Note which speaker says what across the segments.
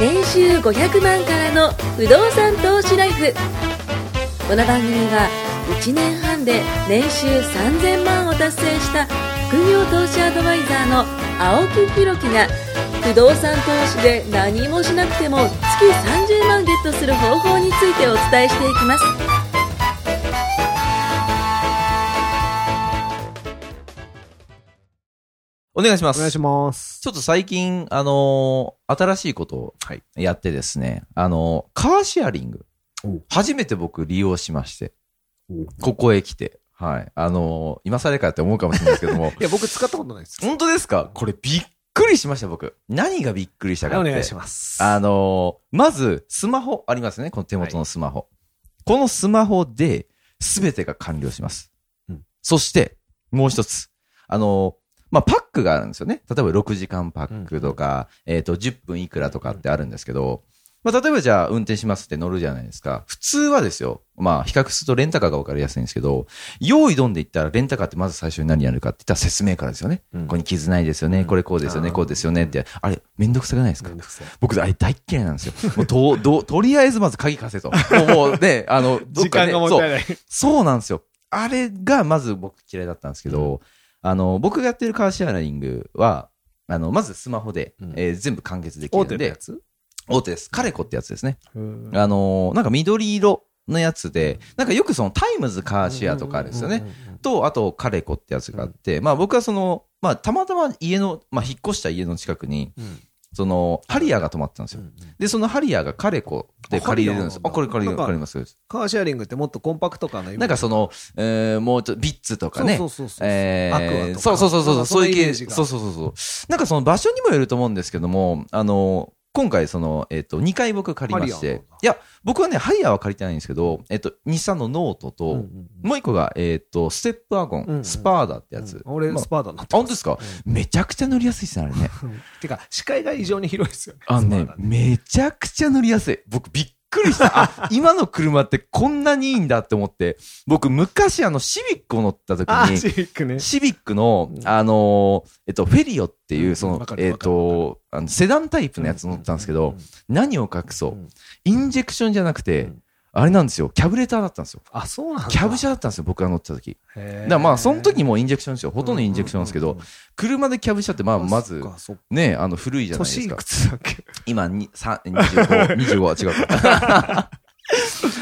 Speaker 1: 年収500万からの不動産投資ライフこの番組は1年半で年収3000万を達成した副業投資アドバイザーの青木弘樹が不動産投資で何もしなくても月30万ゲットする方法についてお伝えしていきます
Speaker 2: お願いします。
Speaker 3: お願いします。
Speaker 2: ちょっと最近、あのー新しいことを
Speaker 3: はい
Speaker 2: やってですね、あのーカーシェアリング
Speaker 3: お、
Speaker 2: 初めて僕利用しまして、
Speaker 3: い、
Speaker 2: ここへ来て、はい。あのー今更かって思うかもしれないですけども
Speaker 3: や、僕使った ことないです。
Speaker 2: 本当ですかこれびっくりしました、僕。何がびっくりした
Speaker 3: お
Speaker 2: かって。
Speaker 3: 願いします。
Speaker 2: あのーまず、スマホありますよね、この手元のスマホ。このスマホで、すべてが完了します。
Speaker 3: うん
Speaker 2: そして、もう一つ。あのーまあ、パックがあるんですよね。例えば6時間パックとか、えっ、と、10分いくらとかってあるんですけど、まあ、例えばじゃあ、運転しますって乗るじゃないですか。普通はですよ。まあ、比較するとレンタカーが分かりやすいんですけど、用意どんで言ったら、レンタカーってまず最初に何やるかって言ったら説明からですよね。
Speaker 3: うん
Speaker 2: ここに傷ないですよね。これこうですよね。
Speaker 3: あー
Speaker 2: こうですよね。って、あれ、めんどくさくないですか
Speaker 3: めんどくさい
Speaker 2: 僕、あれ大っ嫌いなんですよ。もうと、ど、とりあえずまず鍵貸せと。もう、もうね、あの、どっ
Speaker 3: 時
Speaker 2: か
Speaker 3: 間
Speaker 2: ね
Speaker 3: がもったいない。
Speaker 2: そう、そうなんですよ。あれがまず僕嫌いだったんですけど、あの、僕がやってるカーシェアリングは、あの、まずスマホで、
Speaker 3: うん
Speaker 2: えー全部完結できる
Speaker 3: 大
Speaker 2: ん
Speaker 3: 手
Speaker 2: で、
Speaker 3: のやつ
Speaker 2: 大手です。カレコってやつですね。
Speaker 3: うん
Speaker 2: あの、なんか緑色のやつで、なんかよくそのタイムズカーシェアとかですよね。。と、あと、カレコってやつがあって、まあ僕はその、まあたまたま家の、まあ引っ越した家の近くに、
Speaker 3: うんうんうん
Speaker 2: その、ハリアーが泊まってたんですよ。で、そのハリアーがカレコで借りれるんです。
Speaker 3: あ
Speaker 2: あ、
Speaker 3: ハ
Speaker 2: こ
Speaker 3: リ
Speaker 2: れ
Speaker 3: アー
Speaker 2: 借
Speaker 3: な
Speaker 2: り
Speaker 3: ん
Speaker 2: れ
Speaker 3: か
Speaker 2: 借ります。
Speaker 3: カーシェアリングってもっとコンパクト感のイメージ
Speaker 2: なんかその、えー、もうちょっとビッツとかね。
Speaker 3: そうそうそうそう
Speaker 2: え
Speaker 3: アクア
Speaker 2: ー
Speaker 3: とか
Speaker 2: そうそうそう
Speaker 3: な
Speaker 2: そ
Speaker 3: んか
Speaker 2: う。
Speaker 3: そん
Speaker 2: そ
Speaker 3: な
Speaker 2: ういう
Speaker 3: イメー
Speaker 2: 系、
Speaker 3: ジが
Speaker 2: そうそうそうそう。なんかその場所にもよると思うんですけども、あの、今回その、えっ、と、2回僕借りまし
Speaker 3: ハリアーな
Speaker 2: て
Speaker 3: んだ。
Speaker 2: いや、僕はね、ハリアーは借りてないんですけど、えっ、と、日産のノートと、
Speaker 3: うんうん
Speaker 2: もう一個が、えっ、と、ステップワゴン、
Speaker 3: うんうん
Speaker 2: スパーダってやつ。
Speaker 3: うん俺、
Speaker 2: まあ
Speaker 3: スパーダになっ
Speaker 2: あ
Speaker 3: て
Speaker 2: 本
Speaker 3: ま
Speaker 2: 当
Speaker 3: す。
Speaker 2: ですか、めちゃくちゃ乗りやすいですね、あれね。
Speaker 3: うんてか、視界が異常に広いですよね。
Speaker 2: あのね
Speaker 3: スパ、ーダ
Speaker 2: めちゃくちゃ乗りやすい。僕びっくりした。あ、 今の車ってこんなにいいんだって思って、僕昔あのシビックを乗った時
Speaker 3: あー、
Speaker 2: に、
Speaker 3: シビックね。
Speaker 2: シビックの
Speaker 3: う、ん
Speaker 2: あのーえっと、フェリオっていうう、
Speaker 3: ん
Speaker 2: そ
Speaker 3: わ
Speaker 2: の
Speaker 3: か、る
Speaker 2: え
Speaker 3: わ
Speaker 2: っ
Speaker 3: かる
Speaker 2: と、あのセダンタイプのやつ乗ったんですけ
Speaker 3: う
Speaker 2: ど
Speaker 3: う、
Speaker 2: 何を隠そうう。
Speaker 3: ん、
Speaker 2: インジェクションじゃなく
Speaker 3: う
Speaker 2: て
Speaker 3: ん、
Speaker 2: あれなんですよ、キャブレターだったんですよ。
Speaker 3: あ、そうなんだ。
Speaker 2: キャブ車だったんですよ、僕が乗ってた時。
Speaker 3: へー
Speaker 2: だからまあ、その時もうインジェクションですよ。ほとんどインジェクションですけ
Speaker 3: うん
Speaker 2: ど
Speaker 3: うんうん、
Speaker 2: 車でキャブ車ってまあ、まず
Speaker 3: そっ、かそっか
Speaker 2: ね、あの、古いじゃないです
Speaker 3: 年い
Speaker 2: か
Speaker 3: く。つだっけ
Speaker 2: 今、にさ25、25は違うか。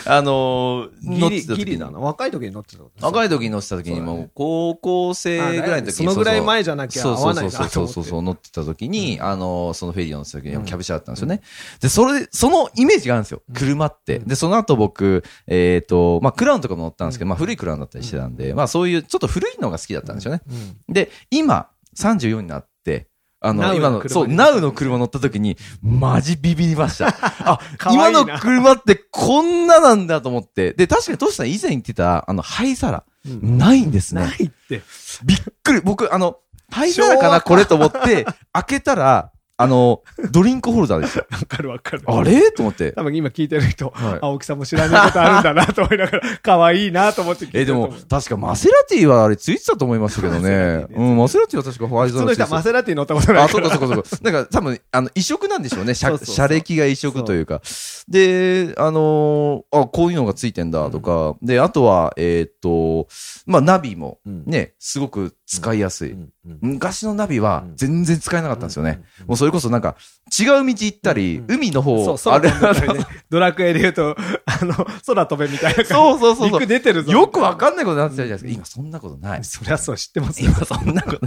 Speaker 2: あのー、乗
Speaker 3: ギリ、
Speaker 2: ってた時
Speaker 3: ギリ
Speaker 2: に
Speaker 3: だな。若い時に乗ってたこと
Speaker 2: 若い時に乗ってた時に、
Speaker 3: そうだね
Speaker 2: もう高校生
Speaker 3: あ
Speaker 2: ぐらいの時
Speaker 3: そ
Speaker 2: に
Speaker 3: のぐらい前
Speaker 2: じ
Speaker 3: じゃなきゃ合
Speaker 2: そうそ
Speaker 3: わ
Speaker 2: う
Speaker 3: ない
Speaker 2: そう
Speaker 3: なと思
Speaker 2: そう
Speaker 3: って。
Speaker 2: そうそうそう、乗ってた時に、あのー、そのフェリー乗ってた時
Speaker 3: うん
Speaker 2: に、キャブ車だったんですよね。で、それで、そのイメージがあるんですよ。車って。で、その後僕、えっと、まあ、クラウンとかも乗ったんですけど、まあ、古いクラウンだったりしてたんで、まあ、そういう、ちょっと古いのが好きだったんですよね。
Speaker 3: うん
Speaker 2: で、今、34になって、あの、
Speaker 3: Now
Speaker 2: 今
Speaker 3: の
Speaker 2: の、
Speaker 3: 車
Speaker 2: そう、
Speaker 3: に
Speaker 2: ナウの車乗った時に、マジビビりました。あ、
Speaker 3: かわ
Speaker 2: 今
Speaker 3: いいな
Speaker 2: の車ってこんななんだと思って。で、確かにトシさん以前言ってた、あの、灰皿、
Speaker 3: うん
Speaker 2: ないんです
Speaker 3: な
Speaker 2: ね。
Speaker 3: いって。
Speaker 2: びっくり。僕、あの、灰皿か
Speaker 3: 昭和
Speaker 2: なこれと思って、開けたら、あの、ドリンクホルダーですよ。
Speaker 3: わかるわかる。
Speaker 2: あれと思って。
Speaker 3: 多分今聞いてる人、
Speaker 2: はい
Speaker 3: 青木さんも知らないことあるんだなと思いながら、可愛いなと思って聞いて
Speaker 2: え、
Speaker 3: る
Speaker 2: で
Speaker 3: と思う
Speaker 2: も、確かマセラティはあれついてたと思いましたけど
Speaker 3: マセ
Speaker 2: ね
Speaker 3: ラ。ティね
Speaker 2: うん、マセラティは確か
Speaker 3: 普
Speaker 2: 灰
Speaker 3: 通
Speaker 2: 皿
Speaker 3: の
Speaker 2: です
Speaker 3: 人
Speaker 2: よ
Speaker 3: はマセラティ乗ったことない
Speaker 2: あ、
Speaker 3: か
Speaker 2: そう
Speaker 3: ら。
Speaker 2: かそうかそうか。だから多分、あの、移植なんでしょうね。
Speaker 3: そ
Speaker 2: 車
Speaker 3: うそうそう
Speaker 2: 車歴が移植というか。で、あのーあ、こういうのがついてんだとか。で、あとは、えーっと、まあ、ナビも
Speaker 3: うん
Speaker 2: ね、すごく使いやすい。
Speaker 3: な
Speaker 2: 昔のナビは
Speaker 3: うん
Speaker 2: 全然使えなかったんですよね。もうそれこそなんか、違う道行ったり、
Speaker 3: うん
Speaker 2: 海の方
Speaker 3: そう、
Speaker 2: あ
Speaker 3: 空
Speaker 2: れ、
Speaker 3: 飛べみた いなねドラクエで言うと、あの、空飛べみたいな感
Speaker 2: そうそう
Speaker 3: じ。
Speaker 2: そうそう
Speaker 3: 陸。出てるぞ。
Speaker 2: よくわかんないことになってたじゃないですか。今そんなことない。
Speaker 3: そりゃそう知ってますよ。
Speaker 2: 今そんなこと、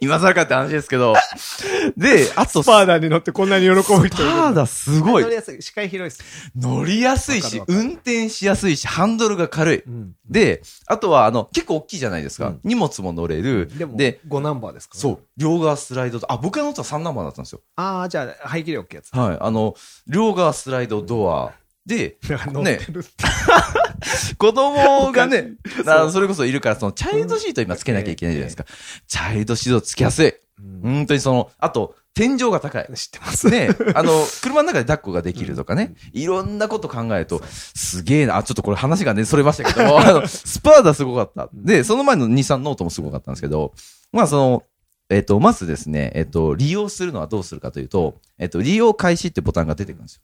Speaker 2: 今更かって話ですけど。で、あと、
Speaker 3: スパーダに乗ってこんなに喜ぶ人いる。
Speaker 2: スパーダすごい
Speaker 3: 乗。りやすい。視界広いです。
Speaker 2: 乗りやすいし
Speaker 3: わ、かるわか
Speaker 2: 運転しやすいし、ハンドルが軽い。
Speaker 3: うん
Speaker 2: で、あとは、あの、結構大きいじゃないですか。
Speaker 3: うん
Speaker 2: 荷物も乗れる。
Speaker 3: でも、
Speaker 2: で、
Speaker 3: 5ナンバーですか
Speaker 2: そう。、両側スライドと、あ、僕が乗ったの3ナンバーだったんですよ。
Speaker 3: ああ、じゃあ、排気量ってや つ。
Speaker 2: はい。あの、両側スライドドア。で、
Speaker 3: だから乗ってる。
Speaker 2: 子供がね、
Speaker 3: そう
Speaker 2: あのそれこそいるから、その、チャイルドシート今つけなきゃいけないじゃないですか。チャイルドシートつきやすい。
Speaker 3: うん
Speaker 2: 本当にその、あと、天井が高い。
Speaker 3: 知ってます。
Speaker 2: ね、あの、車の中で抱っこができるとかね、いろんなこと考えると、すげえな、あ、ちょっとこれ話がね、それましたけど も、あの、スパーダすごかった。で、その前の日産ノートもすごかったんですけど、まあその、えっと、まずですね、えっと、利用するのはどうするかというと、えっと、利用開始ってボタンが出てくるんですよ。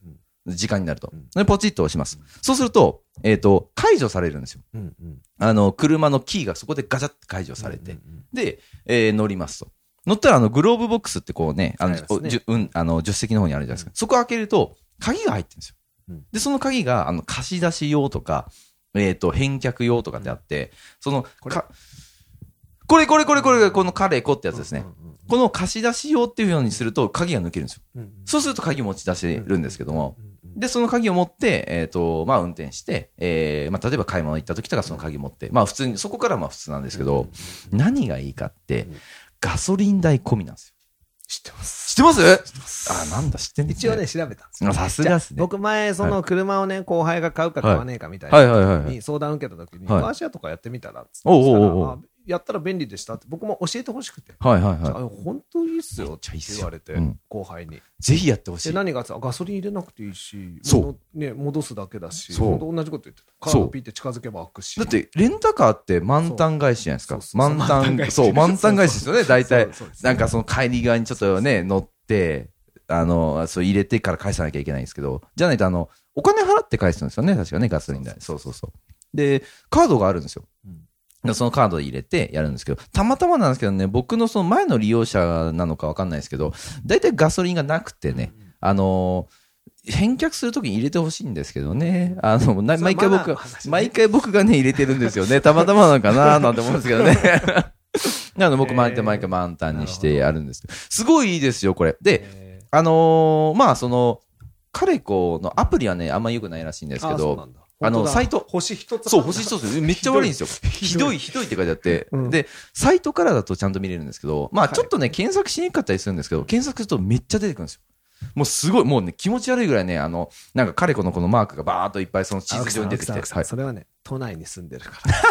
Speaker 2: 時間になると
Speaker 4: うん。
Speaker 2: で、ポチッと押します。そうすると、えっと、解除されるんですよ。
Speaker 4: うんうん
Speaker 2: あの、車のキーがそこでガチャッと解除されて。
Speaker 4: うんうん
Speaker 2: で、えー乗りますと。乗ったら、あの、グローブボックスってこうね、あの、
Speaker 4: ありますね
Speaker 2: じゅうん、あの、助手席の方にあるじゃないですか。そこ開けると、鍵が入ってるんですよ
Speaker 4: うん。
Speaker 2: で、その鍵が、あの、貸し出し用とか、えっ、と、返却用とかってあって、その、
Speaker 4: これ
Speaker 2: かこれこれこれこれがこのカレコってやつですね。
Speaker 4: うんうん
Speaker 2: この貸し出し用っていうようにすると、鍵が抜けるんですよ。
Speaker 4: うんうん
Speaker 2: そうすると鍵持ち出せるんですけども、
Speaker 4: うんうん
Speaker 2: で、その鍵を持って、えっ、と、まあ、運転して、えーまあ、例えば買い物行った時とかその鍵持って、まあ、普通に、そこからまあ、普通なんですけど、何がいいかって
Speaker 4: うん、
Speaker 2: ガソリン代込みなんですよ。
Speaker 4: 知ってます
Speaker 2: 知ってますあ、なんだ、知ってんで
Speaker 4: 一応ね、調べたんです
Speaker 2: あ
Speaker 4: よ
Speaker 2: さすがっすね
Speaker 4: じゃあ僕前その車をね後輩が買うか買わねえかみたいな
Speaker 2: はいはいはいはい。
Speaker 4: に相談受けた時に、
Speaker 2: はい
Speaker 4: マーシアとかやってみたらっつって
Speaker 2: おうおうおう
Speaker 4: したらあやったら便利でしたって僕も教えてほしくて、
Speaker 2: はいはい
Speaker 4: あ
Speaker 2: は
Speaker 4: 本当いいっすよ
Speaker 2: めっ
Speaker 4: っ
Speaker 2: ちゃ
Speaker 4: て
Speaker 2: いいっすよ
Speaker 4: 言われて、
Speaker 2: うん
Speaker 4: 後輩に。
Speaker 2: い。ぜひやってほし
Speaker 4: で
Speaker 2: い。
Speaker 4: 何がつガソリン入れなくていいし、
Speaker 2: そう
Speaker 4: もうね、戻すだけだし、
Speaker 2: そう
Speaker 4: ほんと同じこと言ってた。カ
Speaker 2: そう
Speaker 4: ードピーって近づけば開くし。
Speaker 2: だって、レンタカーって満タン返しじゃないですか
Speaker 4: そう。そう そう
Speaker 2: 満タン、そう、満タン返しですよね、大体。なんかその帰り側にちょっとね、乗って、あの、そう入れてから返さなきゃいけないんですけど、じゃないと、あの、お金払って返すんですよね、確かね、ガソリン代。そうそうそう。で、カードがあるんですよ。でそのカード入れてやるんですけど、たまたまなんですけどね、僕のその前の利用者なのかわかんないですけど、大体ガソリンがなくてね、あのー返却するときに入れてほしいんですけどね。あの、な
Speaker 4: そ
Speaker 2: 毎
Speaker 4: れ
Speaker 2: 回
Speaker 4: マナー
Speaker 2: 僕
Speaker 4: の
Speaker 2: が
Speaker 4: 話、ね
Speaker 2: 毎回僕がね、入れてるんですよね。たまたまなのかななんて思うんですけど ね。なので僕、毎回毎回満タンにしてやるんですけど。すごいいいですよ、これ。で、
Speaker 4: え
Speaker 2: あのーまあ、その、カレコのアプリはね、あんま良くないらしいんで
Speaker 4: ー
Speaker 2: すけ
Speaker 4: あそうな
Speaker 2: ど、
Speaker 4: んだ
Speaker 2: あの
Speaker 4: 本当だ
Speaker 2: サイト
Speaker 4: 星一つ。
Speaker 2: そう、星一つ。めっちゃ悪いんですよ。ひ
Speaker 4: ひ
Speaker 2: ど
Speaker 4: ど
Speaker 2: い、
Speaker 4: い
Speaker 2: ひどいって書いてあって。
Speaker 4: うん
Speaker 2: で、サイトからだとちゃんと見れるんですけど、まあ
Speaker 4: はい
Speaker 2: ちょっとね、検索しにくかったりするんですけど、検索するとめっちゃ出てくるんですよ。もうすごい、もうね、気持ち悪いぐらいね、あの、なんかカレコのこのマークがバーっといっぱいその地
Speaker 4: 青
Speaker 2: 図
Speaker 4: 木さ
Speaker 2: 上
Speaker 4: ん
Speaker 2: に出てきて。
Speaker 4: 青木さん
Speaker 2: はい
Speaker 4: それはね、都内に住んでるから。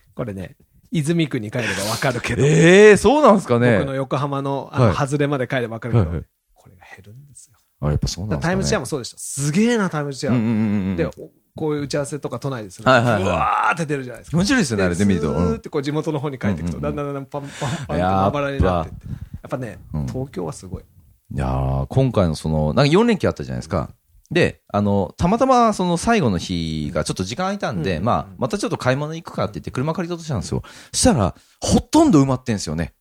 Speaker 4: これね、泉区に帰ればわかるけど、
Speaker 2: ええ、そうなんですかね
Speaker 4: 僕。の横浜の
Speaker 2: は
Speaker 4: あ
Speaker 2: い
Speaker 4: の外れまで帰ればわかるけ
Speaker 2: はいはい
Speaker 4: ど、これが減るんですよ。
Speaker 2: あ、やっぱそうなんですか
Speaker 4: だから
Speaker 2: ね。
Speaker 4: タイムシェ
Speaker 2: も。
Speaker 4: アもそうでした。すげえな、タイムシェ
Speaker 2: うんう
Speaker 4: ア。
Speaker 2: んうんうん。
Speaker 4: で、おこういう打ち合わせとか都内ですると、う
Speaker 2: はいはいはい
Speaker 4: わーって出るじゃないですか
Speaker 2: 気。持ち悪いですよね、あれで見ると。う
Speaker 4: ずーっ
Speaker 2: ん
Speaker 4: てこう地元の方に帰っていくと、
Speaker 2: うんうんうん
Speaker 4: だんだんだんだんパンパンパンって
Speaker 2: やっぱ
Speaker 4: まばらになってって。やっぱね
Speaker 2: うん、
Speaker 4: 東京はすごい。
Speaker 2: いやー今回のその、なんか4連休あったじゃないですか。で、あの、たまたまその最後の日がちょっと時間空いたんで、
Speaker 4: うん
Speaker 2: まあ、またちょっと買い物行くかって言って車借りようとしたんですよ。したら、ほとんど埋まってんですよね。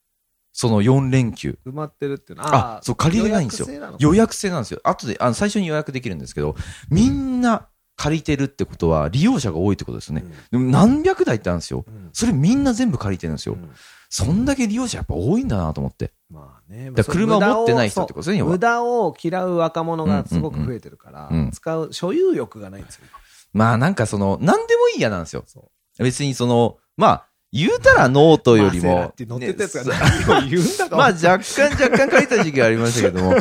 Speaker 2: その4連休。
Speaker 4: 埋まってるっていうの
Speaker 2: あ
Speaker 4: は、
Speaker 2: そう、借りれないんですよ。予約制なんですよ。後で、あの、最初に予約できるんですけど、みんな借りてるってことは、利用者が多いってことですよね。でも何百台ってあるんですよ。
Speaker 4: うん
Speaker 2: それみんな全部借りてるんですよ。
Speaker 4: うん
Speaker 2: そんだけ利用者やっぱ多いんだなと思って。
Speaker 4: まあね、
Speaker 2: だから車を持ってない人ってことですね、
Speaker 4: そう
Speaker 2: 要は
Speaker 4: 無駄を嫌う若者がすごく増えてるから
Speaker 2: うんうんうん、
Speaker 4: 使う、所有欲がないんですよ。
Speaker 2: まあなんかその、なんでもいいやなんですよ
Speaker 4: そ。
Speaker 2: 別にその、まあ、言うたらノートより
Speaker 4: マセラ
Speaker 2: も
Speaker 4: っ。て乗ってたやつ
Speaker 2: ね
Speaker 4: が何を言うんだか
Speaker 2: まあ若干若干借りた時期がありましたけども。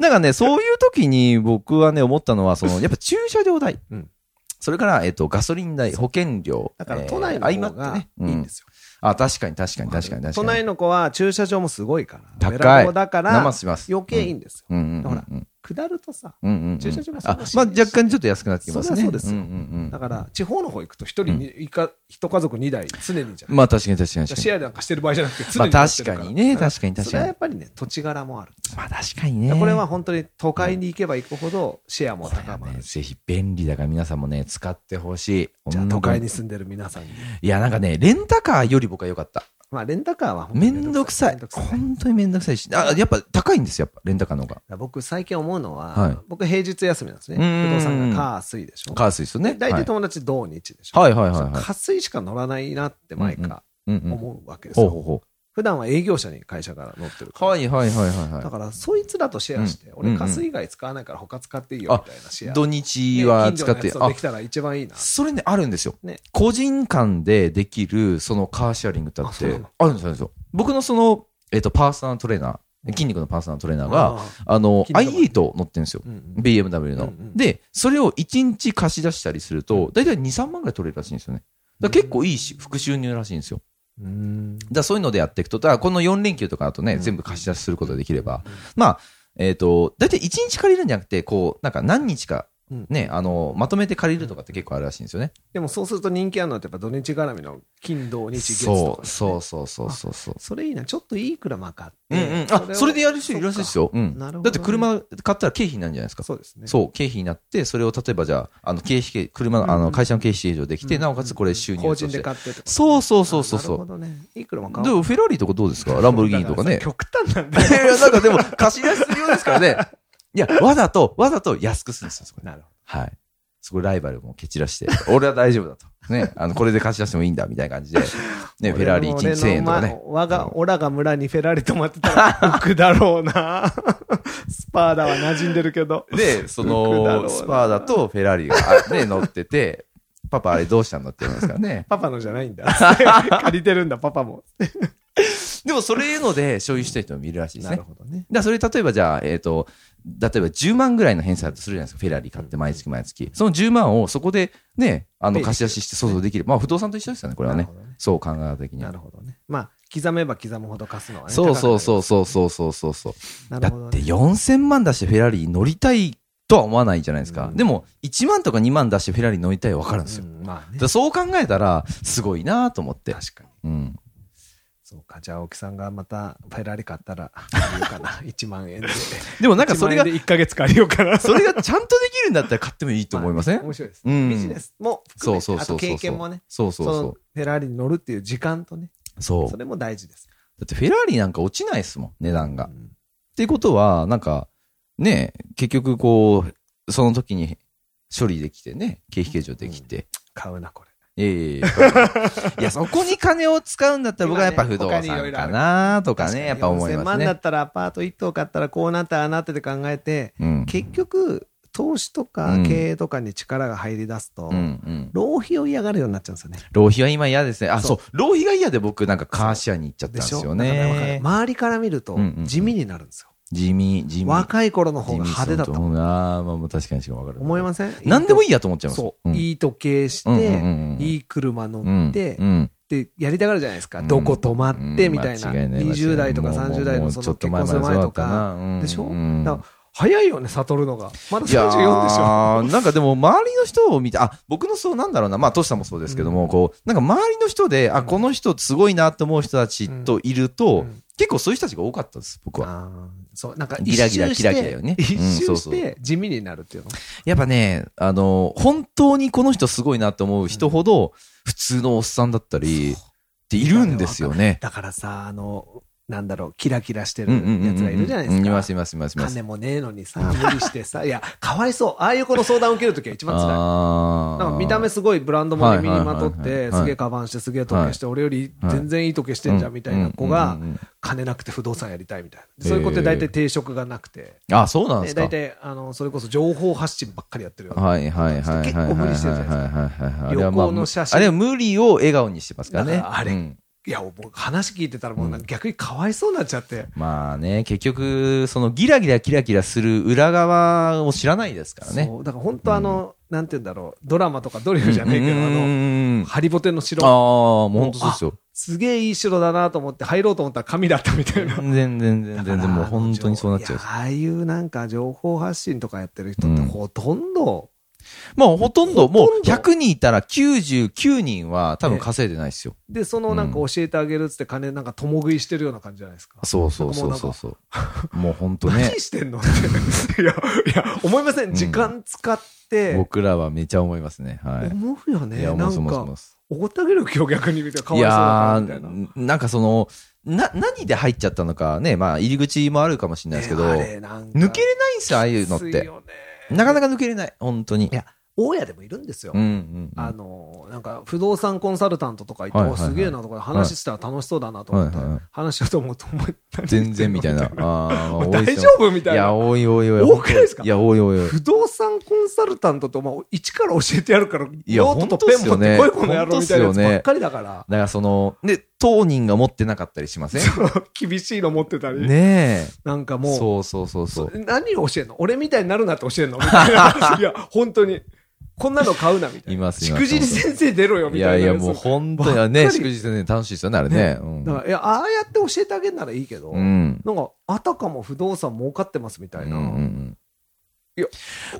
Speaker 2: なんかね、そういう時に僕はね、思ったのは、その、やっぱ駐車料代。
Speaker 4: うん
Speaker 2: それから、えっと、ガソリン代、保険料。
Speaker 4: だから
Speaker 2: えー
Speaker 4: 都内の
Speaker 2: 相
Speaker 4: 方
Speaker 2: まって
Speaker 4: が
Speaker 2: ね。。
Speaker 4: いいんですすよ。
Speaker 2: あ、確かに確かに確かに確かに。
Speaker 4: 都内の子は駐車場もすごいから、
Speaker 2: 高い
Speaker 4: ベラボーだから、
Speaker 2: 生します
Speaker 4: 余計いいんですよ。
Speaker 2: うんうんうんうん
Speaker 4: ほら下るとさ、
Speaker 2: うんうんうん
Speaker 4: 駐車場もそ
Speaker 2: あ
Speaker 4: んなし
Speaker 2: まあ若干ちょっと安くなってきますね。
Speaker 4: そりゃそうですよ
Speaker 2: んん
Speaker 4: だから、地方の方行くと、一人に、一家、一家族二台、常にじゃ。
Speaker 2: うんん。まあ確かに確かに確
Speaker 4: シ
Speaker 2: かに。
Speaker 4: ェアなんかしてる場合じゃなくて、常に
Speaker 2: まあ
Speaker 4: 持って
Speaker 2: 確
Speaker 4: るら。
Speaker 2: かにね、確かに確
Speaker 4: そ
Speaker 2: か
Speaker 4: れは
Speaker 2: に
Speaker 4: やっ。ぱりね、土地柄もある。
Speaker 2: まあ確かにね。
Speaker 4: これは本当に都会に行けば行くほど、シェアも
Speaker 2: これは
Speaker 4: 高ま
Speaker 2: ね
Speaker 4: るし。
Speaker 2: ぜひ便利だから皆さんもね、使ってほしい。
Speaker 4: じゃあ、都会
Speaker 2: 本
Speaker 4: に住んでる皆さんに。
Speaker 2: 当にいや、なんかね、レンタカーより僕は良かった。
Speaker 4: まあ、レンタカーは本当
Speaker 2: め
Speaker 4: に
Speaker 2: んどくさ
Speaker 4: め
Speaker 2: い
Speaker 4: んど。くさい
Speaker 2: 本当にめんどくさいし。あ、やっぱ高いんですよ、やっぱ、レンタカーの方が。
Speaker 4: 僕、最近思うの
Speaker 2: はい
Speaker 4: は、僕、平日休みなんですね。
Speaker 2: うん
Speaker 4: 不動産が火、水でしょ。
Speaker 2: カースですよね。
Speaker 4: で大
Speaker 2: は
Speaker 4: 体
Speaker 2: い
Speaker 4: 友達、土日でしょ。
Speaker 2: はいはいはいはい。
Speaker 4: 火、水しか乗らないなって、毎回
Speaker 2: うんうん。
Speaker 4: 思うわけです
Speaker 2: ほう
Speaker 4: よ。
Speaker 2: ほうほ
Speaker 4: 普段は営業者に会社から乗ってる
Speaker 2: う。
Speaker 4: から。
Speaker 2: はいはいはいはい
Speaker 4: だ
Speaker 2: は
Speaker 4: からそいつらとシェアして、
Speaker 2: うんうんう
Speaker 4: 俺
Speaker 2: ん
Speaker 4: カス以外使わないから他使っていいよみたいなシェ
Speaker 2: い。
Speaker 4: ア。
Speaker 2: 土日は使って
Speaker 4: ね近、所のやつと
Speaker 2: あ
Speaker 4: で、きたら一番いいな。
Speaker 2: それね、あるんですよ
Speaker 4: ね。
Speaker 2: 個人間でできる、そのカーシェアリングってあっ
Speaker 4: あそう
Speaker 2: て
Speaker 4: なの、
Speaker 2: あるんですよあるんですよ。僕のその、えっと、パーソナルトレーナー、筋肉のパーソナルトレーナーが、あの、
Speaker 4: 筋肉
Speaker 2: IE と乗ってるんですよ。
Speaker 4: うんうん
Speaker 2: BMW の、
Speaker 4: うんうん
Speaker 2: で、それを1日貸し出したりすると、大体2、3万ぐらい取れるらしいんですよね。だから結構いいし、副収入らしいんですよ。
Speaker 4: うん
Speaker 2: だからそういうのでやっていくと、だからこの4連休とかだとね、全部貸し出しすることができれば、まあ、えっ、と、大体1日借りるんじゃなくて、こう、なんか何日か
Speaker 4: うん
Speaker 2: ね、あの、まとめて借りるとかって結構あるらしいんですよね。
Speaker 4: でもそうすると人気あるのってやっぱ土日絡みの金土日月とか、
Speaker 2: そう、そうそうそうそうそう。
Speaker 4: それいいなちょっといい車買っ
Speaker 2: うん
Speaker 4: て、
Speaker 2: うん。あ、それでやる人い
Speaker 4: を
Speaker 2: るらしいですよ。うん。
Speaker 4: なるほ
Speaker 2: だ
Speaker 4: どね
Speaker 2: って車買ったら経費になるんじゃないですか。
Speaker 4: そうですね
Speaker 2: そう、経費になって、それを例えばじゃあ、あの、経費、車の、あの、会社の経費計上できて、なおかつこれ収入
Speaker 4: 法
Speaker 2: と
Speaker 4: 人
Speaker 2: し
Speaker 4: で
Speaker 2: て。
Speaker 4: 買ってとか
Speaker 2: そうそうそうそうそ
Speaker 4: なる
Speaker 2: う。
Speaker 4: ほどねいい車買
Speaker 2: で
Speaker 4: おう
Speaker 2: も、フェラーリとかどうですかランボルギーニとかね。
Speaker 3: 極端なん
Speaker 2: いや、なんかでも、貸し出しするようですからね。いや、わざと、わざと安くするんですよ、そこで
Speaker 4: なるほ
Speaker 2: はい。そこでライバルも蹴散らして、俺は大丈夫だと。ね、あの、これで貸し出してもいいんだ、みたいな感じ で。 ね、フェラーリ1日1000円とかね
Speaker 4: 俺の。我
Speaker 2: うん
Speaker 4: が、オラが村にフェラーリ泊まってたら、浮くだろう な。スパーだは馴染んでるけど。
Speaker 2: で、そ
Speaker 4: 浮くだろ
Speaker 2: の、
Speaker 4: うな
Speaker 2: スパーだとフェラーリが、あね、乗ってて、パパあれどうしたんだって言うんですからね。
Speaker 4: パパのじゃないんだ。 借りてるんだ、パパも。
Speaker 2: でも、それいうので、所有してる人もいるらしいですね。だか
Speaker 4: ほどね。
Speaker 2: らそれ、例えばじゃあ、えっ、と、例えば10万ぐらいの返済だとするじゃないですか、フェラーリ買って毎月毎月。その10万をそこでね、あの、
Speaker 4: ペイ
Speaker 2: 貸し出しして、そうそうできる。まあ、不動産と一緒ですよね、これは
Speaker 4: なる
Speaker 2: ね
Speaker 4: ほ。どね。
Speaker 2: そう、考え方的に
Speaker 4: な
Speaker 2: は。
Speaker 4: るほどね。まあ、刻めば刻むほど貸すのはね。
Speaker 2: そうそう
Speaker 4: う。
Speaker 2: そうそうそうそうそうそう。
Speaker 4: な
Speaker 2: だ
Speaker 4: る
Speaker 2: っ
Speaker 4: ほど
Speaker 2: て
Speaker 4: ね。
Speaker 2: 4000万出してフェラーリ乗りたいとは思わないじゃないですか。
Speaker 4: うん
Speaker 2: でも、1万とか2万出してフェラーリ乗りたいわかるんですよ。
Speaker 4: うんまあ
Speaker 2: だ
Speaker 4: ね
Speaker 2: か。らそう考えたら、すごいなと思って。
Speaker 4: 確かに。
Speaker 2: うん。
Speaker 4: そうか。じゃあ、青木さんがまたフェラーリ買っ たら、いいかな。1万円で。
Speaker 2: でもなんかそれが
Speaker 4: 1万、円で1ヶ月借りようかな。
Speaker 2: それがちゃんとできるんだったら買ってもいいと思いません
Speaker 4: 面白いです。
Speaker 2: うん
Speaker 4: ビジネスも含
Speaker 2: そうそうそう
Speaker 4: めて、あ
Speaker 2: そうそ
Speaker 4: と
Speaker 2: う。
Speaker 4: 経験もね。
Speaker 2: そうそう
Speaker 4: その
Speaker 2: そ
Speaker 4: フェラーリに乗るっていう時間とね、
Speaker 2: う。そう。
Speaker 4: そ
Speaker 2: だ
Speaker 4: れも大事です。
Speaker 2: ってフェラーリなんか落ちないですもん、値段が。
Speaker 4: う
Speaker 2: っ
Speaker 4: ん
Speaker 2: ていうことは、なんか、ねえ、結局こう、その時に処理できてね、経費計上できて、
Speaker 4: 買うな、これ。
Speaker 2: いやいやいや いや、そこに金を使うんだったら僕はやっぱ不動
Speaker 4: 今ね他に
Speaker 2: 産
Speaker 4: いろい
Speaker 2: か
Speaker 4: ろ
Speaker 2: なとかね、やっぱ思い
Speaker 4: 4000
Speaker 2: ます
Speaker 4: 万だ
Speaker 2: ね
Speaker 4: っ。たらアパート1棟買ったらこうなったらああなってて考えて、
Speaker 2: うん。
Speaker 4: 結局、投資とか
Speaker 2: うん
Speaker 4: 経営とかに力が入り出すと、
Speaker 2: うんうん。
Speaker 4: 浪費を嫌がるようになっちゃうんですよね。
Speaker 2: 浪費は今嫌ですね。あ、そ。
Speaker 4: そう
Speaker 2: 浪費が嫌で僕なんかカーシェアに行っちゃったん
Speaker 4: で
Speaker 2: で
Speaker 4: し
Speaker 2: す
Speaker 4: ょ
Speaker 2: よ
Speaker 4: だからわかる
Speaker 2: ね。
Speaker 4: 周りから見ると
Speaker 2: うんうん
Speaker 4: 地味になるんですよ。
Speaker 2: 地味、地味。
Speaker 4: 若い頃の方が
Speaker 2: 地味
Speaker 4: 派手だった
Speaker 2: そうと
Speaker 4: もん
Speaker 2: 思うな。まあまあ確かにしかわかる。。
Speaker 4: 思いますせん
Speaker 2: 何でもい
Speaker 4: い
Speaker 2: いやと思っちゃいます。
Speaker 4: そう、
Speaker 2: ん
Speaker 4: いい時計し
Speaker 2: うんうんうんうん
Speaker 4: て、いい車
Speaker 2: う
Speaker 4: 乗
Speaker 2: ん
Speaker 4: って
Speaker 2: う、ん。
Speaker 4: で、やりたがるじゃないですか。
Speaker 2: うん
Speaker 4: どこ止まって、みたいな。
Speaker 2: うん間違ない
Speaker 4: 20代とか
Speaker 2: 間違ない
Speaker 4: 30代のそ
Speaker 2: も
Speaker 4: の
Speaker 2: うちょ
Speaker 4: 結
Speaker 2: っ前
Speaker 4: 婚する前
Speaker 2: までそ
Speaker 4: と
Speaker 2: うだった
Speaker 4: か。
Speaker 2: なうん
Speaker 4: でしょ
Speaker 2: うん
Speaker 4: だから早いよね、悟るのが。まだ
Speaker 2: いや
Speaker 4: 34でしょ。
Speaker 2: ーなんかでも周りの人を見て、あ、僕のそうなんだろうな、まあ、トシさんもそうですけども、こう、なんか周りの人で、あ、この人すごいなと思う人たちといると、
Speaker 4: うん
Speaker 2: 結構そういう人たちが多かったです、僕は。
Speaker 4: あーそう、なんか
Speaker 2: ギラギラ
Speaker 4: 一
Speaker 2: キ
Speaker 4: 周して
Speaker 2: ラキラよね
Speaker 4: 一
Speaker 2: う
Speaker 4: 周
Speaker 2: ん
Speaker 4: し
Speaker 2: そうそ
Speaker 4: て地味になるっていうの。
Speaker 2: やっぱね、あの、本当にこの人すごいなと思う人ほど、普通のおっさんだったり、っているんですよね。
Speaker 4: だからさ、あの、なんだろう、キラキラして
Speaker 2: う
Speaker 4: る
Speaker 2: んうんうんうん
Speaker 4: やつがいるじゃないで
Speaker 2: う
Speaker 4: す
Speaker 2: んい
Speaker 4: か
Speaker 2: ます、。います、います、います。
Speaker 4: 金もねえのにさ、無理してさ、いや、かわいそう。ああいう子の相談を受けるときは一番辛い。
Speaker 2: あー
Speaker 4: なんか見た目すごいブランドまで身にまと
Speaker 2: はいはいは
Speaker 4: っ
Speaker 2: い
Speaker 4: て、
Speaker 2: はい
Speaker 4: すげえカバンして、すげえ時計して、俺より全然いい時計してんじゃんみたいな子
Speaker 2: う
Speaker 4: が
Speaker 2: んうんうんうん、
Speaker 4: 金なくて不動産やりたいみたいな。でそういう子って大体定職がなくて、
Speaker 2: あ、そうなんで
Speaker 4: です
Speaker 2: か。
Speaker 4: 大体、あの、それこそ情報発信ばっかりやってるような。
Speaker 2: はいはいはいはい。
Speaker 4: 結構無理してるじゃないですか
Speaker 2: はいはいはいはい。あれ
Speaker 4: 旅
Speaker 2: はまあ
Speaker 4: 行の写真
Speaker 2: あれは無理を笑顔にしてますからね。
Speaker 4: だからあれ
Speaker 2: うん
Speaker 4: いや、もう話聞いてたらもうなんか逆にかわいそうになっちゃって。
Speaker 2: まあね、結局、そのギラギラキラキラする裏側を知らないですからね。
Speaker 4: そうだから本当あの、なんて言うんだろう、ドラマとかドリフじゃねえけど、
Speaker 2: うんうん
Speaker 4: あ
Speaker 2: うんう
Speaker 4: の、
Speaker 2: ん
Speaker 4: ハリボテの城。
Speaker 2: ああ、もう本当そうですよ。
Speaker 4: すげえいい城だなと思って入ろうと思ったら紙だったみたいな。
Speaker 2: 全然全然全然もう本当にそうなっちゃう
Speaker 4: いや。ああいうなんか情報発信とかやってる人ってほとんど、
Speaker 2: まあほとんど、も
Speaker 4: ほと
Speaker 2: うん
Speaker 4: ど
Speaker 2: 100人いたら99人は多分稼いでないですよ。
Speaker 4: で、そのなんか教えてあげるっつって金なんか共食いしてるような感じじゃないですか。
Speaker 2: そうそうそうそうそう。もう本当ね
Speaker 4: 何。してん のって。いや、いや、思いません。時間使って、
Speaker 2: 僕らはめちゃ思いますね。はい。
Speaker 4: 思うよ
Speaker 2: い
Speaker 4: ね。
Speaker 2: や、
Speaker 4: な
Speaker 2: 思うん思う思
Speaker 4: か
Speaker 2: う、。
Speaker 4: おごってあげる気を逆に見てかわ
Speaker 2: い
Speaker 4: いそうだ
Speaker 2: や
Speaker 4: なみたいな。
Speaker 2: ーなんかその、な、何で入っちゃったのかね、まあ入り口もあるかもしれないですけど、
Speaker 4: ねあ
Speaker 2: 抜
Speaker 4: れなんか
Speaker 2: けれないんですよ、ああいうのっ
Speaker 4: きつい
Speaker 2: て。
Speaker 4: よね
Speaker 2: なかなか抜けれない、本当に。
Speaker 4: いや大家でもいるんですよ。
Speaker 2: うんうんうん。
Speaker 4: あのなんか不動産コンサルタントとかいて、
Speaker 2: はいはいはい
Speaker 4: おすげえなとか話したら楽しそうだなと思って、
Speaker 2: はいはいはい
Speaker 4: 話しようと思うと思って
Speaker 2: 全然みたい な。あー
Speaker 4: お前
Speaker 2: 多いっす
Speaker 4: 大
Speaker 2: よ
Speaker 4: 丈夫みたい
Speaker 2: いや、
Speaker 4: な。
Speaker 2: 多い多い多い。
Speaker 4: 多くないですか
Speaker 2: いや、多い多い多い。
Speaker 4: 不動産コンサルタントと、まあ、一から教えてやるから、ノ
Speaker 2: いや
Speaker 4: ートとペン持
Speaker 2: 本当っすよ
Speaker 4: っ
Speaker 2: ね
Speaker 4: てこい、この野郎みたいなやつばっかりだから、
Speaker 2: だからその、で、当人が持ってなかったりしません
Speaker 4: 厳しいの持ってたり、
Speaker 2: ねえ。
Speaker 4: なんかもう、
Speaker 2: そうそうそうそう。
Speaker 4: 何を教えんの俺みたいになるなって教えんのみ たいな。いや、本当に。こんなの買うなみたいな。
Speaker 2: いますい
Speaker 4: し
Speaker 2: ます
Speaker 4: くじり先生出ろよ
Speaker 2: い
Speaker 4: みた
Speaker 2: やい
Speaker 4: いな。
Speaker 2: や、もう
Speaker 4: そう
Speaker 2: 本当にね、
Speaker 4: ばっか
Speaker 2: 祝
Speaker 4: り
Speaker 2: 日ね、楽しいですよね、あれね。うん
Speaker 4: だからいや、ああやって教えてあげるならいいけど、
Speaker 2: うん。
Speaker 4: なんか、あたかも不動産儲かってますみたいな。
Speaker 2: うんうんうん
Speaker 4: いや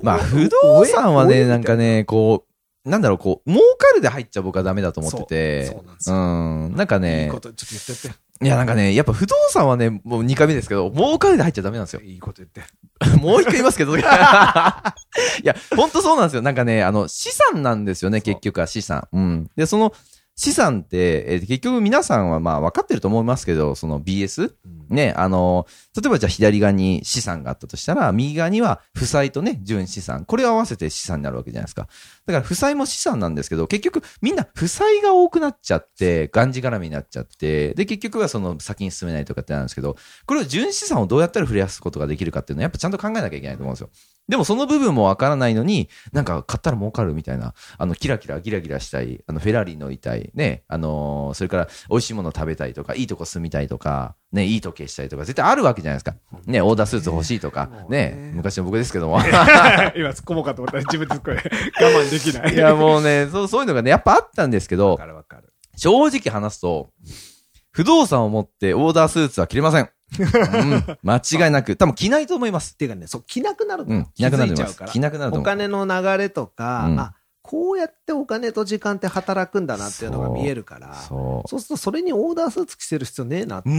Speaker 2: まあ、不動産は
Speaker 4: おえ
Speaker 2: ね、
Speaker 4: おえ
Speaker 2: なんかね、こう、なんだろう、こう、儲かるで入っちゃ僕はダメだと思ってて。
Speaker 4: そうそうなんです
Speaker 2: うん。なんか
Speaker 4: いい
Speaker 2: ね
Speaker 4: こ、とちょっと言ってやっ
Speaker 2: いや、なんかね、やっぱ不動産はね、もう2回目ですけど、儲かるで入っちゃダメなんですよ
Speaker 4: て。。いいこと言って。
Speaker 2: もう一回言いますけ ど。いや、ほんとそうなんですよ。なんかね、あの、資産なんですよね、結局は資産。うん。で、その、資産って、えー結局皆さんはまあ分かってると思いますけど、その BS? ね、あの、例えばじゃあ左側に資産があったとしたら、右側には負債とね、純資産。これを合わせて資産になるわけじゃないですか。だから負債も資産なんですけど、結局みんな負債が多くなっちゃって、がんじがらみになっちゃって、で、結局はその先に進めないとかってなるんですけど、これを純資産をどうやったら増やすことができるかっていうのはやっぱちゃんと考えなきゃいけないと思うんですよ。でもその部分もわからないのに、なんか買ったら儲かるみたいな、あの、キラキラギラギラしたい、あの、フェラーリ乗りたい、ね、あのーそれから美味しいもの食べたいとか、いいとこ住みたいとか、ね、いい時計したいとか、絶対あるわけじゃないですか。ね、オーダースーツ欲しいとか、ね、昔の僕ですけども。
Speaker 4: 今突っ込もうかと思ったら自分で突っ込んで我慢できない。
Speaker 2: いや、もうね、そう、そういうのがね、やっぱあったんですけど
Speaker 4: わ、かるわかる。
Speaker 2: 正直話すと、不動産を持ってオーダースーツは着れません。うん、間違いなく。 多分着ないと思います。
Speaker 4: っていうかね、そう、着なくなると
Speaker 2: うん、着
Speaker 4: 気づ
Speaker 2: なくなると
Speaker 4: いち
Speaker 2: 思い
Speaker 4: ゃ
Speaker 2: う
Speaker 4: か
Speaker 2: ま
Speaker 4: ら
Speaker 2: す。着。なくなると思
Speaker 4: お
Speaker 2: う。
Speaker 4: 金の流れとか、
Speaker 2: うん
Speaker 4: あ、こうやってお金と時間って働くんだなっていうのが見えるから、そう
Speaker 2: そ
Speaker 4: するとそれにオーダースーツ着せる必要ねえなって。
Speaker 2: う。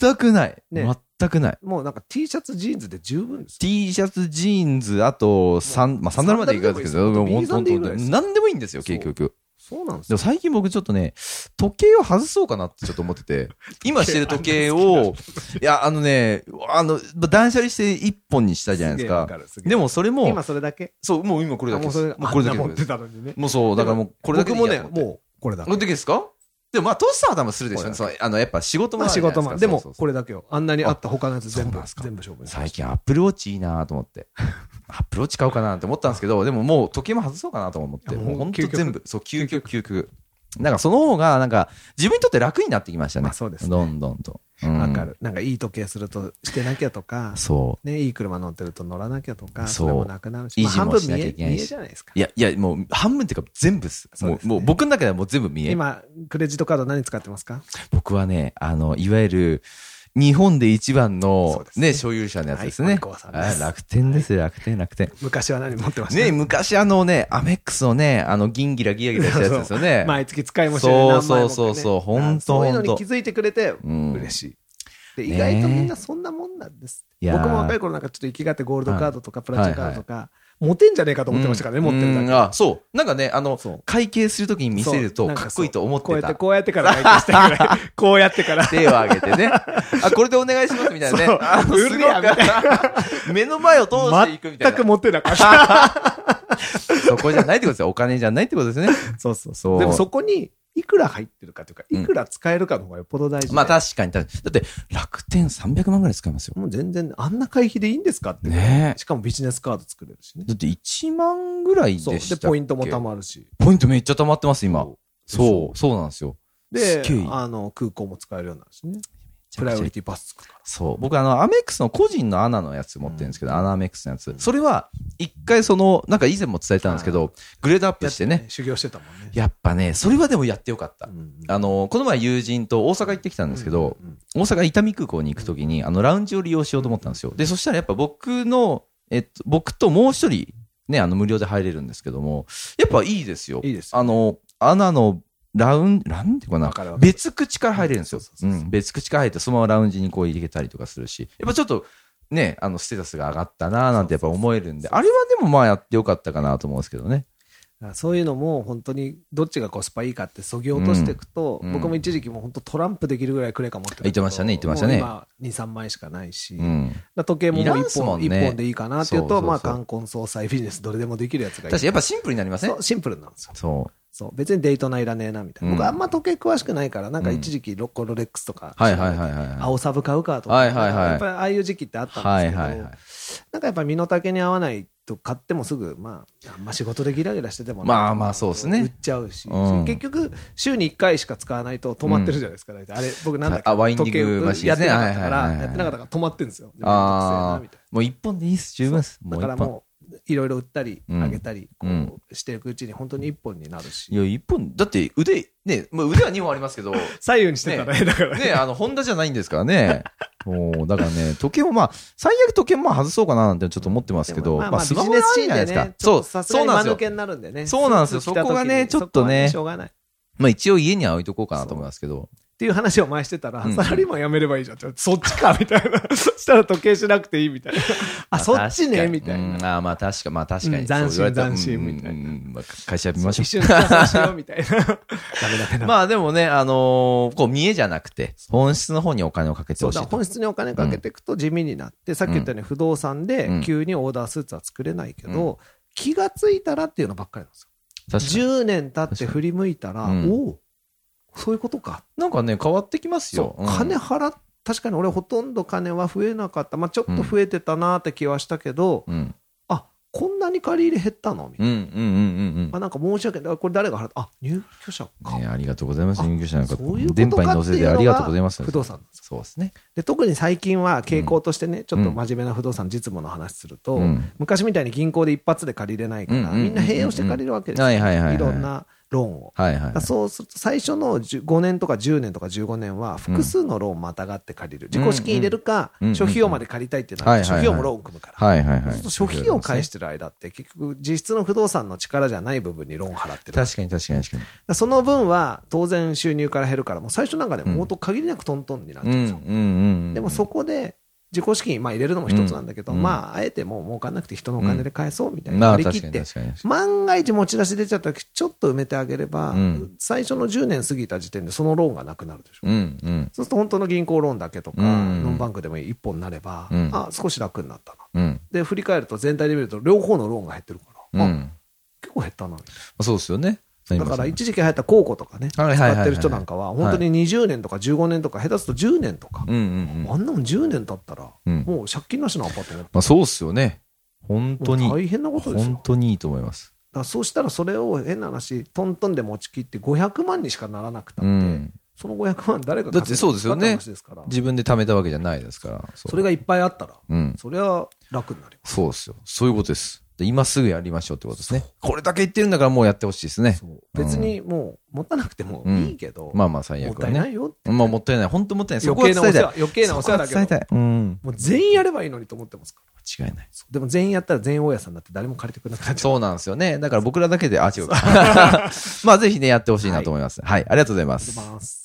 Speaker 2: 全くない。
Speaker 4: ね
Speaker 2: 全くない。
Speaker 4: もうなんか T シャツジーンズで十分ですよ。
Speaker 2: T シャツ、ジーンズ、あと、サン、まあ、サンダルまでいかないですけど、
Speaker 4: サンダルでもい
Speaker 2: 本
Speaker 4: いです
Speaker 2: 当
Speaker 4: よ
Speaker 2: 本当
Speaker 4: ビーズでいいぐらいです
Speaker 2: 何でもいいんですよ、結局。
Speaker 4: そうなんです
Speaker 2: でも
Speaker 4: よ。
Speaker 2: 最近僕ちょっとね、時計を外そうかなってちょっと思って て、今してる時計を、いや、あのね、あの、断捨離して一本にしたじゃないですか。で
Speaker 4: も、
Speaker 2: もそれも
Speaker 4: 今、それだけ
Speaker 2: そう、もう今これだけです。
Speaker 4: あもうそれ
Speaker 2: もうこれだけ
Speaker 4: あんな持っ
Speaker 2: で
Speaker 4: て
Speaker 2: す。
Speaker 4: たのにね。
Speaker 2: もうそう、だからもうこれだけで
Speaker 4: 僕
Speaker 2: いい
Speaker 4: も
Speaker 2: や
Speaker 4: ね、
Speaker 2: と思って
Speaker 4: もうこれだ
Speaker 2: これだけですかでもまあ、トシさんは多分するでしょうね。
Speaker 4: こ
Speaker 2: そのあの、やっぱ仕事も
Speaker 4: ま
Speaker 2: る
Speaker 4: あ
Speaker 2: じ
Speaker 4: 仕
Speaker 2: ゃない
Speaker 4: 事
Speaker 2: ですか
Speaker 4: も。でも、
Speaker 2: そうそうそう
Speaker 4: これだけよ。あんなにあった他のやつ全
Speaker 2: そうなん
Speaker 4: 部
Speaker 2: です、か
Speaker 4: 全部処分しま
Speaker 2: 最
Speaker 4: した
Speaker 2: 近アップルウォッチいいなと思って。 アップルウォッチ買おうかなと思ったんですけど、でももう時計も外そうかなとも思って、
Speaker 4: いやもう
Speaker 2: もう本当
Speaker 4: 究極
Speaker 2: 全部、そう、究極、究極。なんかその方が、なんか自分にとって楽になってきましたね。
Speaker 4: まあそうですね
Speaker 2: どんどんと。うん
Speaker 4: わかる。なんかいい時計するとしてなきゃとか、
Speaker 2: そ
Speaker 4: ね、いい車乗ってると乗らなきゃとか、
Speaker 2: そう
Speaker 4: それもなくなるし、
Speaker 2: 維
Speaker 4: まあ
Speaker 2: 持も
Speaker 4: 半分
Speaker 2: し
Speaker 4: 見
Speaker 2: なきゃい
Speaker 4: え、
Speaker 2: けないし
Speaker 4: 見えじゃないですか
Speaker 2: う。い。や、いや、もう半分っていうか全部っす。
Speaker 4: そうですね
Speaker 2: もう、もう僕の中ではもう全部見え。
Speaker 4: 今、クレジットカード何使ってますか
Speaker 2: 僕はね、あの、いわゆる、日本で一番
Speaker 4: そ
Speaker 2: の
Speaker 4: うで、すね
Speaker 2: ね、所有者のやつです
Speaker 4: は
Speaker 2: ね
Speaker 4: い。コンコアさんです
Speaker 2: あ楽天ですよ、楽天、楽天。
Speaker 4: 昔は何持ってました
Speaker 2: ね、昔あのね、アメックスのね、あの、銀ギラギラギラしたやつですよね。
Speaker 4: 毎月使いもしてる何枚もってね
Speaker 2: そうそうそうそうほんと
Speaker 4: そういうの
Speaker 2: ほ
Speaker 4: に
Speaker 2: んと
Speaker 4: 気づいてくれて
Speaker 2: ん
Speaker 4: 嬉しい、で
Speaker 2: ね
Speaker 4: 意外とみんなそんなもんなんです
Speaker 2: いやー
Speaker 4: 僕も若い頃なんかちょっと生きがってゴールドカードとかプラチナカードとか、持てんじゃねえかと思ってましたからね、持ってるだけ
Speaker 2: うんあ、そう。なんかね、あの
Speaker 4: そう、
Speaker 2: 会計するときに見せると、
Speaker 4: そう
Speaker 2: かっこいいと思っ
Speaker 4: こう
Speaker 2: て
Speaker 4: やっ
Speaker 2: た。
Speaker 4: てこうやってから会計したいぐらいこうやっ てから
Speaker 2: 手を挙げてね。あ、これでお願いしますみたいなね
Speaker 4: そう。
Speaker 2: あの、
Speaker 4: う
Speaker 2: すご
Speaker 4: るやみ
Speaker 2: く、目の前を通していくみたい
Speaker 4: 全く
Speaker 2: な。
Speaker 4: 持てなかった
Speaker 2: そこじゃないってことですよ。お金じゃないってことですね。
Speaker 4: そうそ う
Speaker 2: そう
Speaker 4: でもそこにいくら入ってるかというか
Speaker 2: うん
Speaker 4: いくら使えるかの方がよっぽど大事で、
Speaker 2: まあ確かに、確かにだって、楽天300万ぐらい使いますよ。
Speaker 4: もう全然あんな会費でいいんですかって、
Speaker 2: ねえ
Speaker 4: しかもビジネスカード作れるしね
Speaker 2: だって1万ぐらいで
Speaker 4: そう
Speaker 2: した
Speaker 4: で
Speaker 2: っけ
Speaker 4: ポイントも貯まるし
Speaker 2: ポイントめっちゃ溜まってます、今。
Speaker 4: そ
Speaker 2: そう、そうなんですよ。
Speaker 4: です
Speaker 2: っげえ
Speaker 4: あの空港も使えるようになるしねプライオリティパスつくから
Speaker 2: そう。僕、あの、アメックスの個人のアナのやつ持ってるんですけど、アナアメックスのやつ。それは、一回その、なんか以前も伝えたんですけど、グレードアップしてね。
Speaker 4: 修行してたもんね
Speaker 2: やっぱね、それはでもやってよかった。
Speaker 4: ん
Speaker 2: あの、この前友人と大阪行ってきたんですけど、
Speaker 4: うんうん
Speaker 2: 大阪伊丹空港に行くときに、あの、ラウンジを利用しようと思ったんですよ。で、そしたらやっぱ僕の、えっと、僕ともう一人、ね、あの、無料で入れるんですけども、やっぱいいですよ。
Speaker 4: いいですよ
Speaker 2: あの、アナの、ラウン、ラウンっていうかな
Speaker 4: わかるわ、かる
Speaker 2: 別口から入れるんですよ
Speaker 4: そう。
Speaker 2: う、
Speaker 4: そうそうそうん
Speaker 2: 別口から入って、そのままラウンジにこう入れたりとかするし、やっぱちょっと、ね、あの、ステータスが上がったなーなんてやっぱ思えるんで、あれはでもまあやってよかったかなと思うんですけどね。
Speaker 4: だからそういうのも本当にどっちがコスパいいかってそぎ落としていくと、
Speaker 2: うん
Speaker 4: 僕も一時期もう本当トランプできるぐらいクレカ持ってたけど
Speaker 2: 言ってましたね言ってましたね
Speaker 4: もう今23枚しかないし、
Speaker 2: う
Speaker 4: だか
Speaker 2: ん。
Speaker 4: ら時計も
Speaker 2: いらんっ
Speaker 4: 一
Speaker 2: すも
Speaker 4: 本
Speaker 2: ん
Speaker 4: 一、
Speaker 2: ね
Speaker 4: 本でいいかなっていうと
Speaker 2: そうそうそう
Speaker 4: まあ冠婚葬祭ビジネスどれでもできるやつがいい
Speaker 2: 確かにやっぱシンプルになりません
Speaker 4: そうシンプルなんですよ
Speaker 2: そう。
Speaker 4: そう別にデートないらねえなみたいな、
Speaker 2: うん
Speaker 4: 僕あんま時計詳しくないからなんか一時期ロッコロレックスとか、
Speaker 2: はいはいはいはい。
Speaker 4: 青サブ買うかとか、
Speaker 2: はいはいはい
Speaker 4: やっぱりああいう時期ってあったんですけど、
Speaker 2: はいはいはい
Speaker 4: なんかやっぱ身の丈に合わないと買ってもすぐ、まあ、あんま仕事でギラギラしてても、
Speaker 2: まあまあそうですね
Speaker 4: 売っちゃうし、
Speaker 2: うん
Speaker 4: 結局、週に1回しか使わないと止まってるじゃないですか、大体あれ、僕なんだっけ、
Speaker 2: あワインディング
Speaker 4: 時計
Speaker 2: マシン
Speaker 4: や
Speaker 2: で
Speaker 4: っ
Speaker 2: すね
Speaker 4: てなかったか
Speaker 2: はいはいはいは
Speaker 4: ら、
Speaker 2: い
Speaker 4: やってなかったから止まってるんですよ。めんどくせえな
Speaker 2: あ
Speaker 4: みたい
Speaker 2: あ、もう一本でいいっす、十分っす。
Speaker 4: な
Speaker 2: もう
Speaker 4: だか
Speaker 2: 一
Speaker 4: ら
Speaker 2: 本。
Speaker 4: もう、いろいろ売ったり、
Speaker 2: うん
Speaker 4: 上げたり、こ
Speaker 2: うん
Speaker 4: うしていくうちに本当に一本になるし
Speaker 2: い。や、一本、だって腕、ね、まあ、腕は2本ありますけど、
Speaker 4: 左右にしてたね、だから。
Speaker 2: ね、あの、ホンダじゃないんですからね。 もう、だからね、時計もまあ、最悪時計もまあ外そうかななんてちょっと思ってますけど、
Speaker 4: でも
Speaker 2: まあ、スマホがいいじゃないですか。そう、
Speaker 4: さす
Speaker 2: そう
Speaker 4: がに
Speaker 2: なん
Speaker 4: 間
Speaker 2: ですよ
Speaker 4: 抜。けになるんでね。
Speaker 2: そうなんですよ
Speaker 4: スーツ着た時
Speaker 2: そこがね
Speaker 4: に
Speaker 2: ちょっとね
Speaker 4: そこはしょうがない。っ
Speaker 2: まあ、一応家には置いとこうかなと思いますけど。
Speaker 4: ていう話を前にしてたら、
Speaker 2: うん
Speaker 4: サラリーマン辞めればいいじゃんって。そっちかみたいな。 そしたら時計しなくていいみたいな。あ、そっちねみたいな。
Speaker 2: な。あーまあ、確か、まあ、確かに。
Speaker 4: うん斬新
Speaker 2: そう言われたら
Speaker 4: 斬新みたいな
Speaker 2: うんうんうんまあ会社見ましょ
Speaker 4: 一
Speaker 2: う。
Speaker 4: 緒に計算しようみた いな。ダメダメダメ。
Speaker 2: まあ、でもね、あのーこう、見栄じゃなくて、本質の方にお金をかけて
Speaker 4: そ
Speaker 2: ほ
Speaker 4: う
Speaker 2: し
Speaker 4: だ
Speaker 2: いと。
Speaker 4: 本質にお金かけていくと地味になって、さっき言ったように不動産で
Speaker 2: うん
Speaker 4: 急にオーダースーツは作れないけど、気がついたらっていうのばっかりなんですよ。
Speaker 2: 確かに
Speaker 4: 10年経って振り向いたら、
Speaker 2: 確かに
Speaker 4: おおそういうことか、
Speaker 2: なんかね、変わってきますよ
Speaker 4: そ。
Speaker 2: う
Speaker 4: う
Speaker 2: ん
Speaker 4: 金払っ確かに俺ほとんど金は増えなかった、まあ、ちょっと増えてたなーって気はしたけど、
Speaker 2: うん。
Speaker 4: あこんなに借り入れ減ったのみたい
Speaker 2: うん、うん、うん、うんうん
Speaker 4: な、。あなんか申し訳ないあこれ誰が払ったあ入居者か、
Speaker 2: ね、ありがとうございます。
Speaker 4: あ
Speaker 2: 入居者なんか
Speaker 4: そういうことか
Speaker 2: 電波に乗せてありがとうございます。
Speaker 4: 不動産なんですよ
Speaker 2: そうですね。
Speaker 4: で特に最近は傾向としてね、ちょっと真面目な不動産実務の話すると、
Speaker 2: うん
Speaker 4: 昔みたいに銀行で一発で借りれないから、
Speaker 2: うんうんうんうん
Speaker 4: みんな併用して借りるわけですよ、
Speaker 2: はいはいはいはい
Speaker 4: ろんなローンを。
Speaker 2: はいは
Speaker 4: だから
Speaker 2: い。
Speaker 4: そうすると最初の5年とか10年とか15年は複数のローンまたがって借りる、
Speaker 2: うん
Speaker 4: 自己資金入れるか、
Speaker 2: うんうん
Speaker 4: 諸費用まで借りたいっていうのは、
Speaker 2: はいはい
Speaker 4: 諸
Speaker 2: はい
Speaker 4: 費用もローン組むから、
Speaker 2: はいはいはい。
Speaker 4: そうすると諸費用を返してる間って、結局、実質の不動産の力じゃない部分にローン払ってる、だか
Speaker 2: 確かに確かに確から
Speaker 4: その分は当然、収入から減るから、もう最初なんかね、
Speaker 2: うん
Speaker 4: 元限りなくトントンになっちゃ
Speaker 2: に。う
Speaker 4: う
Speaker 2: んん
Speaker 4: です
Speaker 2: う
Speaker 4: よ
Speaker 2: んうんうん。
Speaker 4: でもそこで自己資金、まあ、入れるのも一つなんだけど、
Speaker 2: うん
Speaker 4: まあ、あえてもう儲かんなくて人のお金で返そうみたい
Speaker 2: ま
Speaker 4: な、
Speaker 2: あ
Speaker 4: 割り
Speaker 2: 確
Speaker 4: 切
Speaker 2: か
Speaker 4: っ
Speaker 2: に
Speaker 4: て
Speaker 2: 確、かに。
Speaker 4: 万が一持ち出し出ちゃった時ちょっと埋めてあげれば、
Speaker 2: うん
Speaker 4: 最初の10年過ぎた時点でそのローンがなくなるでしょ。
Speaker 2: うんうん
Speaker 4: そうすると本当の銀行ローンだけとか、
Speaker 2: うん
Speaker 4: ノンバンクでも一本になれば、
Speaker 2: うん
Speaker 4: あ少し楽になったな。
Speaker 2: うん
Speaker 4: で、振り返ると全体で見ると両方のローンが減ってるから、
Speaker 2: う
Speaker 4: あ
Speaker 2: ん。
Speaker 4: 結構減ったな。
Speaker 2: そうですよね。
Speaker 4: だから一時期流行った高庫とかね、
Speaker 2: はいはいはい
Speaker 4: 使
Speaker 2: はい
Speaker 4: ってる人なんかは、本当に20年とか15年とか、下手すると10年とか、
Speaker 2: うんうんうん。
Speaker 4: あんなもん10年経ったら、
Speaker 2: うん
Speaker 4: もう借金なしのアパートね
Speaker 2: まあそうっすよね。本当
Speaker 4: もう
Speaker 2: に。
Speaker 4: 大変なことですよ。だ
Speaker 2: 本
Speaker 4: か
Speaker 2: 当にいいと思います。
Speaker 4: らそうしたらそれを変な話、トントンで持ち切って500万にしかならなくたっ
Speaker 2: う
Speaker 4: て、
Speaker 2: ん。
Speaker 4: その500万誰が
Speaker 2: だってそうですよね
Speaker 4: 稼ぐかって話ですから、
Speaker 2: 自分で貯めたわけじゃないですから。そう
Speaker 4: それがいっぱいあったら、
Speaker 2: うん。
Speaker 4: それは楽になりま
Speaker 2: そうですよ。そういうことです。で今すぐやりましょうってことですね。これだけ言ってるんだからもうやってほしいですね
Speaker 4: す。。別にもう持たなくてもいいけど、
Speaker 2: まあまあ最
Speaker 4: も
Speaker 2: 悪
Speaker 4: った
Speaker 2: はい
Speaker 4: ない
Speaker 2: ね。
Speaker 4: よって、
Speaker 2: まあもったいない。本当もったいない。そこ
Speaker 4: 余
Speaker 2: は
Speaker 4: 計な
Speaker 2: 伝えたい
Speaker 4: お世話。余計なお世話だけ
Speaker 2: 伝え
Speaker 4: ど、
Speaker 2: たい。うん。
Speaker 4: もう全員やればいいのにと思ってますから。
Speaker 2: 間違いない。
Speaker 4: そうでも全員やったら全員大家さんになって誰も借りてくれなくなっちゃう。
Speaker 2: そうなんですよね。だから僕らだけで、あ、違うか。 まあぜひね、やってほしいなと思います。はい、ありがとうございま
Speaker 4: あり
Speaker 2: す
Speaker 4: がとうござ。います